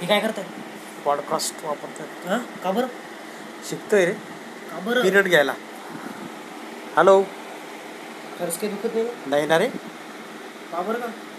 हे काय करताय पॉडकास्ट वापरतात हां का बरं शिकतोय रे का बरं पिरियड घ्यायला हॅलो खरंच काही दुखत नाही ना? नाही ना रे का बरं का